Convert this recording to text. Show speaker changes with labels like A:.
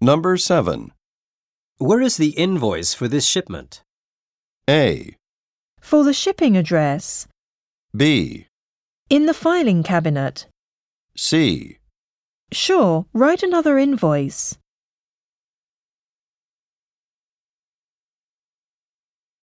A: Number 7.
B: Where is the invoice for this shipment?
A: A.
C: For the shipping address,
A: B.
C: in the filing cabinet.
A: C.
C: Sure, write another invoice.